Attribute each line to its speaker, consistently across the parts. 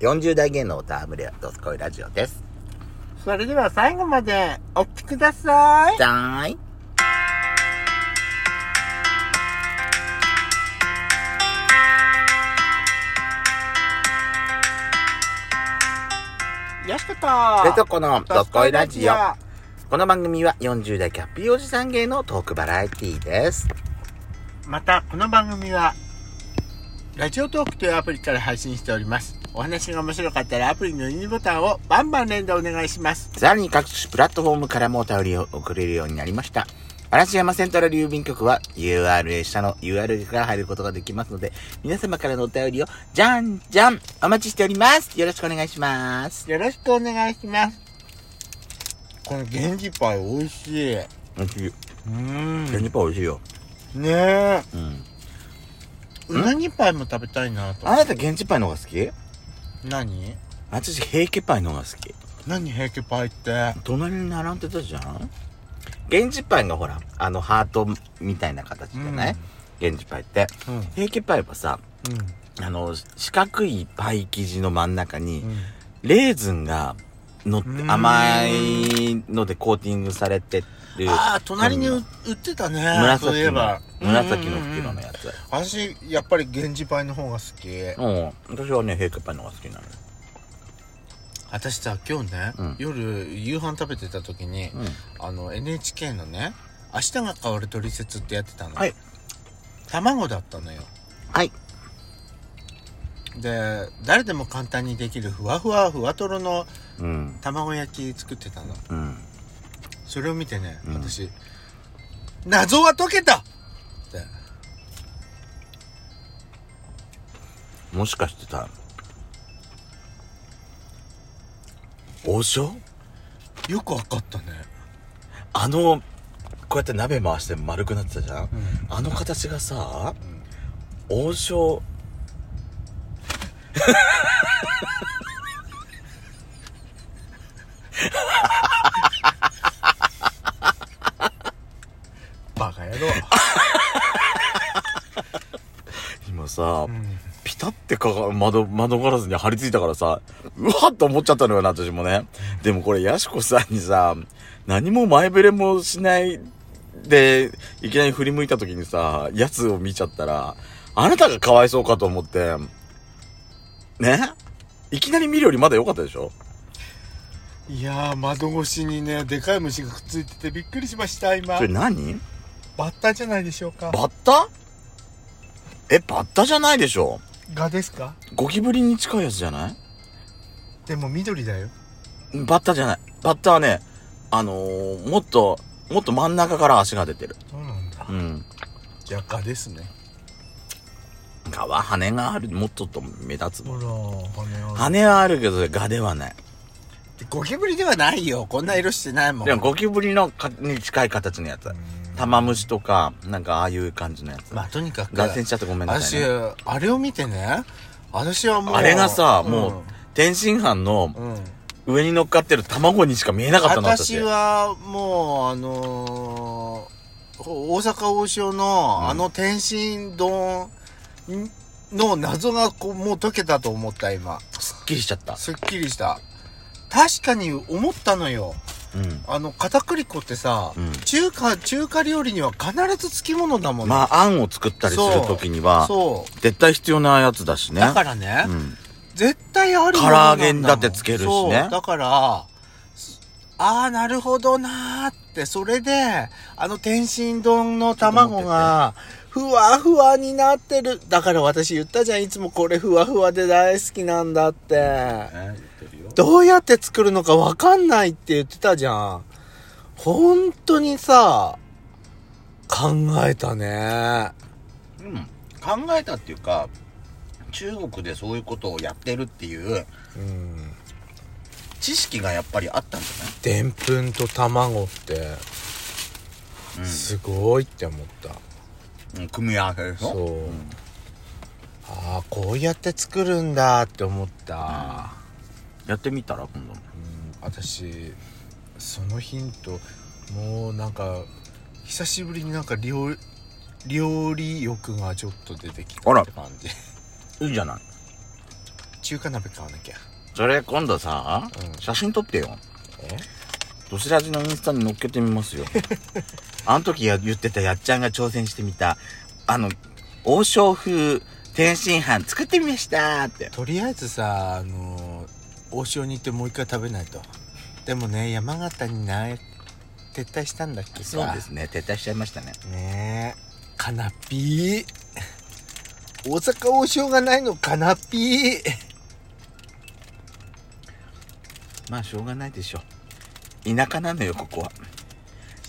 Speaker 1: 40代芸能ダームレアドスコイラジオです。
Speaker 2: それでは最後までお聞きください。
Speaker 1: じゃーい。
Speaker 2: よしこ
Speaker 1: ペト
Speaker 2: と。
Speaker 1: コのドスコイラジオ。この番組は40代キャッピーおじさん芸のトークバラエティーです。
Speaker 2: また、この番組は、ラジオトークというアプリから配信しております。お話が面白かったらアプリのいいねボタンをバンバン連打お願いします。
Speaker 1: さらに各種プラットフォームからもお便りを送れるようになりました。嵐山セントラル郵便局は URA 下の URL から入ることができますので、皆様からのお便りをじゃんじゃんお待ちしております。よろしくお願いします。
Speaker 2: よろしくお願いします。このゲンジパイ美味しい。う
Speaker 1: 美味しい。
Speaker 2: ーん。
Speaker 1: 全日本美味しいよ。
Speaker 2: ねえ。
Speaker 1: うん。
Speaker 2: うなぎパイも食べたいなと。
Speaker 1: あなた現地パイの方が好き
Speaker 2: 何
Speaker 1: 私平家パイの方が好き。
Speaker 2: 何平家パイって。
Speaker 1: 隣に並んでたじゃん現地パイがほら、あのハートみたいな形じゃない、現地パイって。
Speaker 2: うん。うん。
Speaker 1: 平家パイはさ、あの、四角いパイ生地の真ん中に、
Speaker 2: うん。
Speaker 1: レーズンが乗っ
Speaker 2: うー
Speaker 1: て
Speaker 2: ん
Speaker 1: 甘いのでコーティングされてる
Speaker 2: ああ、隣に
Speaker 1: うん
Speaker 2: 売売ってたね。そういえ
Speaker 1: 紫の
Speaker 2: ば。
Speaker 1: 紫の
Speaker 2: うんう
Speaker 1: 袋
Speaker 2: んう
Speaker 1: の
Speaker 2: ん
Speaker 1: やつ
Speaker 2: 私、やっぱり源氏パイの方が好き。
Speaker 1: うん私はね平家パイの方が好きなの
Speaker 2: 私さ、今日ね、
Speaker 1: うん
Speaker 2: 夜、夕飯食べてた時に、
Speaker 1: うん
Speaker 2: あの、NHK のね、明日が変わるトリセツってやってたの。
Speaker 1: はい
Speaker 2: 卵だったのよ。
Speaker 1: はい
Speaker 2: で、誰でも簡単にできるふわふわふわとろの
Speaker 1: うん
Speaker 2: 卵焼き作ってたの。
Speaker 1: うん
Speaker 2: それを見てね、
Speaker 1: うん
Speaker 2: 私、謎は解けたって。
Speaker 1: もしかしてさ王将
Speaker 2: よくわかったね。
Speaker 1: あのこうやって鍋回して丸くなってたじゃん
Speaker 2: うん
Speaker 1: あの形がさ王将
Speaker 2: バカ野郎。
Speaker 1: 今さ、
Speaker 2: うん
Speaker 1: ピタってかが窓、窓ガラスに張り付いたからさ、うわっと思っちゃったのよな、私もね。でもこれ、ヤシコさんにさ、何も前触れもしないで、いきなり振り向いた時にさ、やつを見ちゃったら、あなたがかわいそうかと思って、ねいきなり見るよりまだ良かったでしょ
Speaker 2: いやー窓越しにねでかい虫がくっついててびっくりしました今
Speaker 1: それ何
Speaker 2: バッタじゃないでしょうか
Speaker 1: バッタえ、バッタじゃないでしょ
Speaker 2: ガですか
Speaker 1: ゴキブリに近いやつじゃない
Speaker 2: でも緑だよ
Speaker 1: バッタじゃない。バッタはね、あのーもっと、もっと真ん中から足が出てる。
Speaker 2: そうなんだ
Speaker 1: うん。
Speaker 2: じゃあガですね
Speaker 1: 蚊は羽がある。もっとと目立つも
Speaker 2: ほ
Speaker 1: ん。
Speaker 2: ら羽を
Speaker 1: 羽はあるけど、蛾ではない。
Speaker 2: ゴキブリではないよこんな色してないもん
Speaker 1: でも、ゴキブリのかに近い形のやつ。玉虫とか、なんかああいう感じのやつ。
Speaker 2: まあとにかく
Speaker 1: 合戦しちゃってごめんなさ
Speaker 2: 私
Speaker 1: い、ね。
Speaker 2: あれを見てね私はもう
Speaker 1: あれがさ、
Speaker 2: うん
Speaker 1: もう、天津飯の
Speaker 2: うん
Speaker 1: 上に乗っかってる卵にしか見えなかったの、
Speaker 2: 私はもうあのー大阪王将の、
Speaker 1: うん
Speaker 2: あの天津丼の謎がこうもう解けたと思った今
Speaker 1: すっきりしちゃった。
Speaker 2: すっきりした確かに思ったのよ
Speaker 1: うん。
Speaker 2: あの片栗粉ってさ、
Speaker 1: うん
Speaker 2: 中華中華料理には必ずつきものだもん
Speaker 1: まあ、あんを作ったりするときには、
Speaker 2: そう
Speaker 1: 絶対必要なやつだしね。
Speaker 2: だからね、
Speaker 1: うん。
Speaker 2: 絶対ある
Speaker 1: 唐揚げにだってつけるしね
Speaker 2: そうだからすああなるほどなーってそれであの天津丼の卵がふわふわになってるだから私言ったじゃんいつもこれふわふわで大好きなんだってどうやって作るのかわかんないって言ってたじゃん本当にさ考えたね
Speaker 1: うん、考えたっていうか中国でそういうことをやってるっていう
Speaker 2: うん
Speaker 1: 知識がやっぱりあったんじ
Speaker 2: でんぷんと卵って
Speaker 1: ゃない、
Speaker 2: すごいって思った、
Speaker 1: うんうん、組み合わせでしょ
Speaker 2: そう、
Speaker 1: ん
Speaker 2: ああこうやって作るんだって思った、
Speaker 1: やってみたら今度
Speaker 2: うん私そのヒントもうなんか久しぶりになんか料料理欲がちょっと出てきた
Speaker 1: あら
Speaker 2: って感じ
Speaker 1: いいじゃない
Speaker 2: 中華鍋買わなきゃ
Speaker 1: それ今度さ、
Speaker 2: うん
Speaker 1: 写真撮ってよ
Speaker 2: え
Speaker 1: どしらじのインスタに載っけてみ ますよあの時や言ってたやっちゃんが挑戦してみたあの王将風天津飯作ってみましたって
Speaker 2: とりあえずさあの王将に行ってもう一回食べないとでもね山形にない撤退したんだっけ
Speaker 1: そう
Speaker 2: さ
Speaker 1: ですね撤退しちゃいましたね
Speaker 2: ねえカナピー大阪王将がないのカナピー
Speaker 1: まあしょうがないでしょ田舎なのよここは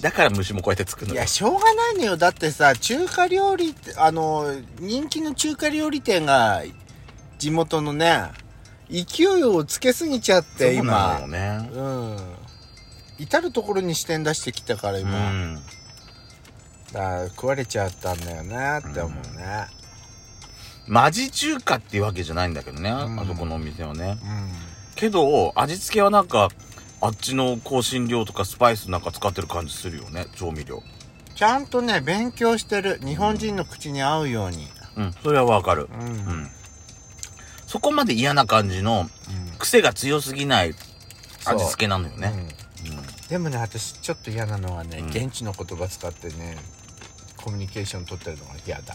Speaker 1: だから虫もこうやってつくの
Speaker 2: い
Speaker 1: よ
Speaker 2: やしょうがないのよだってさ中華料理ってあの人気の中華料理店が地元のね勢いをつけすぎちゃって
Speaker 1: そうなの
Speaker 2: 今
Speaker 1: よね
Speaker 2: うん至る所に支店出してきたから
Speaker 1: う
Speaker 2: 今、
Speaker 1: ん
Speaker 2: だから食われちゃったんだよねって思うね
Speaker 1: マジ中華っていうわけじゃないんだけどね、
Speaker 2: ん
Speaker 1: あそこのお店はね
Speaker 2: うん、
Speaker 1: けど味付けはなんかあっちの香辛料とかスパイスなんか使ってる感じするよね調味料
Speaker 2: ちゃんとね勉強してる日本人の口に合うように
Speaker 1: うんそれはわかる
Speaker 2: うん、
Speaker 1: うん、そこまで嫌な感じの癖が強すぎない
Speaker 2: そう
Speaker 1: 味付けなのよね
Speaker 2: うんでもね私ちょっと嫌なのはね、
Speaker 1: うん
Speaker 2: 現地の言葉使ってねコミュニケーション取ってるのが嫌だ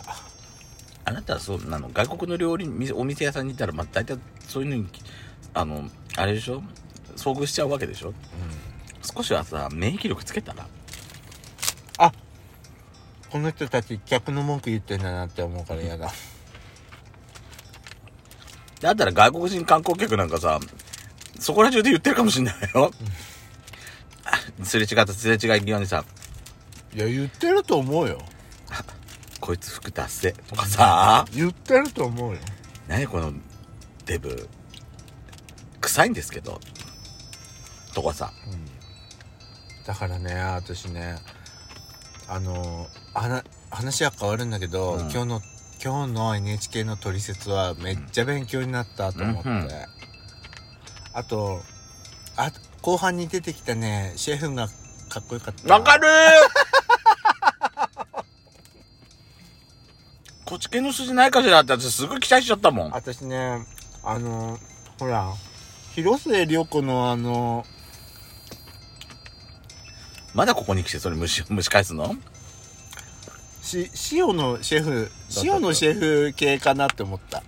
Speaker 1: あなたはそうなの外国の料理店お店屋さんに行ったら、まあ、大体そういうのにあのあれでしょ遭遇しちゃうわけでしょ少しはさ免疫力つけたら
Speaker 2: この人たち逆の文句言ってんだなって思うから嫌だ
Speaker 1: だったら外国人観光客なんかさ、そこら中で言ってるかもしんないよ。 すれ違ったすれ違い際にさ、
Speaker 2: いや言ってると思うよ
Speaker 1: こいつ服出せとかさ、
Speaker 2: 言ってると思うよ
Speaker 1: 何このデブ、臭いんですけど、とかさ、
Speaker 2: だからね私ねあのあな話は変わるんだけど、
Speaker 1: うん
Speaker 2: 今日の今日の NHK の取説はめっちゃ勉強になったと思って、
Speaker 1: うんうん
Speaker 2: あとあ後半に出てきたねシェフがかっこよかった
Speaker 1: わかる こっち系の筋ないかしらって私すぐ期待しちゃったもん。
Speaker 2: 私ねあのほら広末涼子のあの
Speaker 1: まだここに来てそれ蒸 し、蒸し返すの
Speaker 2: し塩のシェフ塩のシェフ系かなって思った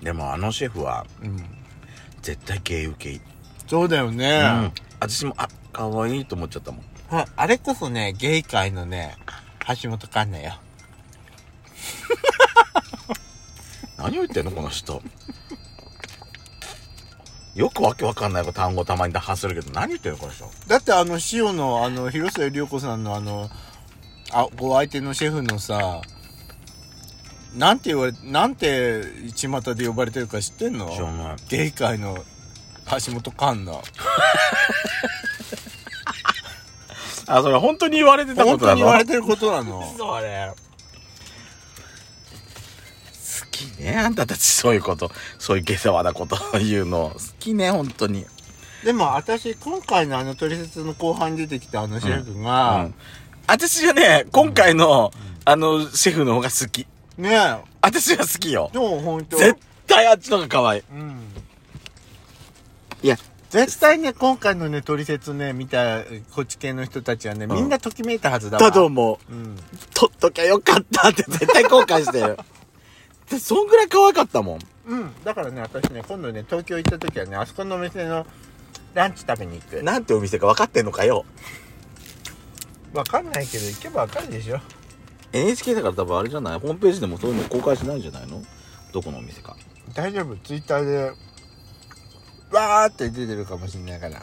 Speaker 1: でもあのシェフは
Speaker 2: うん
Speaker 1: 絶対経由系。
Speaker 2: そうだよ
Speaker 1: う
Speaker 2: ね、
Speaker 1: ん。私も、あ、可愛いと思っちゃったもん。
Speaker 2: ああれこそね、ゲイ界のね、橋本環奈よ。
Speaker 1: 何を言ってんのこの人 よくわけわかんない単語たまに発するけど何言ってんのこの人
Speaker 2: だってあの、塩の、あの、広末涼子さんのあの、あ、ご相手のシェフのさ、なんて言われ、なんて、巷で呼ばれてるか知ってんの
Speaker 1: 知らない
Speaker 2: ゲイ界の橋本環奈。
Speaker 1: あそれ本当に言われてたこ
Speaker 2: 本
Speaker 1: と
Speaker 2: 当
Speaker 1: な
Speaker 2: に言われ
Speaker 1: の
Speaker 2: てることなの。
Speaker 1: それ好きねあんたたちそういうことそういう下世話なことを言うの好きね本当に
Speaker 2: でも私、今回のあの、取説の後半に出てきたあのシェ
Speaker 1: あ、
Speaker 2: フ
Speaker 1: う
Speaker 2: が、
Speaker 1: ん、私はね今回の、あのシェフの方が好き
Speaker 2: ね
Speaker 1: 私は好きよ
Speaker 2: え、でも本当
Speaker 1: 絶対あっちの方が可愛い
Speaker 2: うん。
Speaker 1: いや
Speaker 2: 絶対ね、今回のね、取説ね、見た、こっち系の人たちはね、
Speaker 1: うん
Speaker 2: みんなときめいたはずだわ。
Speaker 1: だと思う
Speaker 2: うん。
Speaker 1: 撮っときゃよかったって絶対後悔してる。で、 そんぐらい可愛かったもん。
Speaker 2: うん。だからね、私ね、今度ね、東京行った時はね、あそこのお店のランチ食べに行く。
Speaker 1: なんてお店か分かってんのかよ。
Speaker 2: わかんないけど、行けばわかるでしょ。
Speaker 1: NHK だから多分あれじゃないホームページでもそういうの公開しないんじゃないのどこのお店か。
Speaker 2: 大丈夫、ツイッターで、わーって出てるかもしれないから。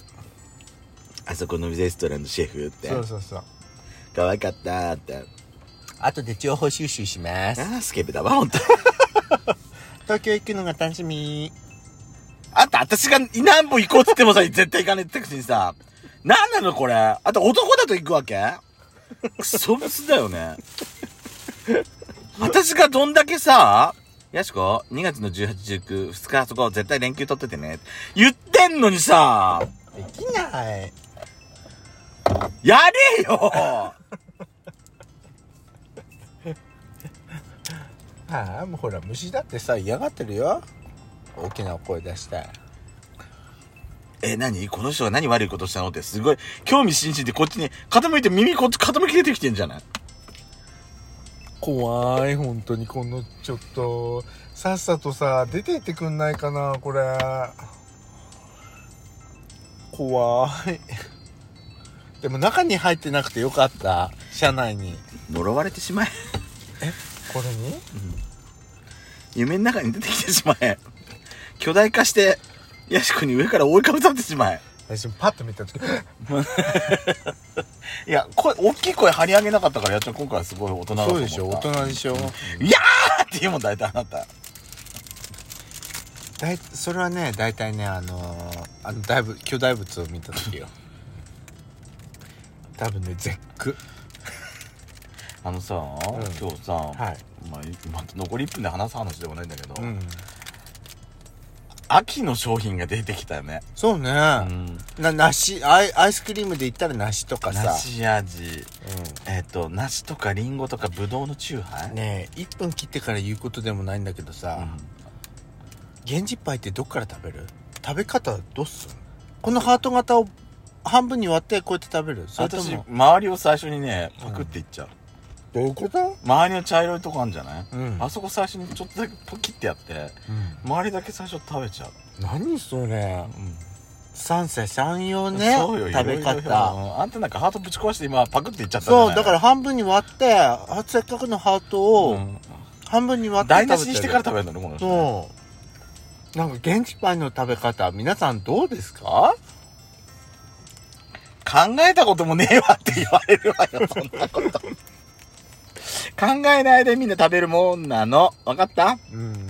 Speaker 1: あそこのレストランのシェフって。
Speaker 2: そうそうそう。
Speaker 1: 可愛かったって。
Speaker 2: 後で情報収集します。
Speaker 1: ああ、スケベだわ、ほんと。
Speaker 2: 東京行くのが楽しみ。
Speaker 1: あんた、私が何歩行こうって言ってもさ、絶対行かねえってくせにさ。なんなのこれ。あんた男だと行くわけクソブスだよね。私がどんだけさ、やしこ、2月の18、19、2日あそこ絶対連休取っててね。言ってんのにさ、
Speaker 2: できない。
Speaker 1: やれよ
Speaker 2: ああもうほら虫だってさ嫌がってるよ大きな声出して
Speaker 1: え、何この人が何悪いことしたのってすごい、興味津々でこっちに傾いて耳こっち傾き出てきてんじゃない
Speaker 2: 怖い本当にこのちょっとさっさとさ出て行ってくんないかなこれ怖いでも中に入ってなくてよかった車内に
Speaker 1: 呪われてしまえ。
Speaker 2: えこれに
Speaker 1: 夢の中に出てきてしまえ。巨大化して、ヤシコに上から覆いかぶさってしまえ。
Speaker 2: 私パッと見た 時
Speaker 1: いや、声、大きい声張り上げなかったから、やっちゃん今回はすごい大人だと
Speaker 2: そ
Speaker 1: 思
Speaker 2: う
Speaker 1: った。
Speaker 2: でしょ大人でしょ
Speaker 1: いやーって言うもん、大体あなた。
Speaker 2: だいそれはね大体ねあのーあの大仏巨大仏を見た時よ多分ね絶句
Speaker 1: あのさ、今日さ、
Speaker 2: はい
Speaker 1: まあ、また残り1分で話す話でもないんだけど、
Speaker 2: うん
Speaker 1: 秋の商品が出てきたよね。
Speaker 2: そう
Speaker 1: う
Speaker 2: ね、
Speaker 1: ん。
Speaker 2: な梨アイアイスクリームで言ったら梨とかさ
Speaker 1: 梨味。えっ、と、梨とかリンゴとかブドウのチューハ
Speaker 2: う
Speaker 1: イ
Speaker 2: ん、ねえ1分切ってから言うことでもないんだけど
Speaker 1: う
Speaker 2: さ、
Speaker 1: ん
Speaker 2: 源氏パイってどっから食べる食べ方どうすんのこのハート型を半分に割ってこうやって食べるそれと
Speaker 1: 私
Speaker 2: も
Speaker 1: 周りを最初にねパクっていっちゃう、
Speaker 2: どういうこと
Speaker 1: 周りの茶色いとこあるんじゃない、
Speaker 2: うん
Speaker 1: あそこ最初にちょっとだけポキってやって周りだけ最初食べちゃう、
Speaker 2: 何それ
Speaker 1: うん
Speaker 2: 三世三様ね
Speaker 1: そうよ
Speaker 2: 食べ
Speaker 1: いろいろよ
Speaker 2: 方
Speaker 1: うんあんたなんかハートぶち壊して今パクっていっちゃったじゃ
Speaker 2: そ
Speaker 1: ないう
Speaker 2: だから半分に割ってあせっかくのハート
Speaker 1: う
Speaker 2: を
Speaker 1: ん
Speaker 2: 半分に割って
Speaker 1: 台
Speaker 2: 食べて
Speaker 1: 無
Speaker 2: る
Speaker 1: しにしてから食べるのねこの人ね
Speaker 2: そうなんか現地パイの食べ方皆さんどうですか
Speaker 1: 考えたこともねえわって言われるわよそんな こと考えないでみんな食べるもんなの分かった
Speaker 2: うん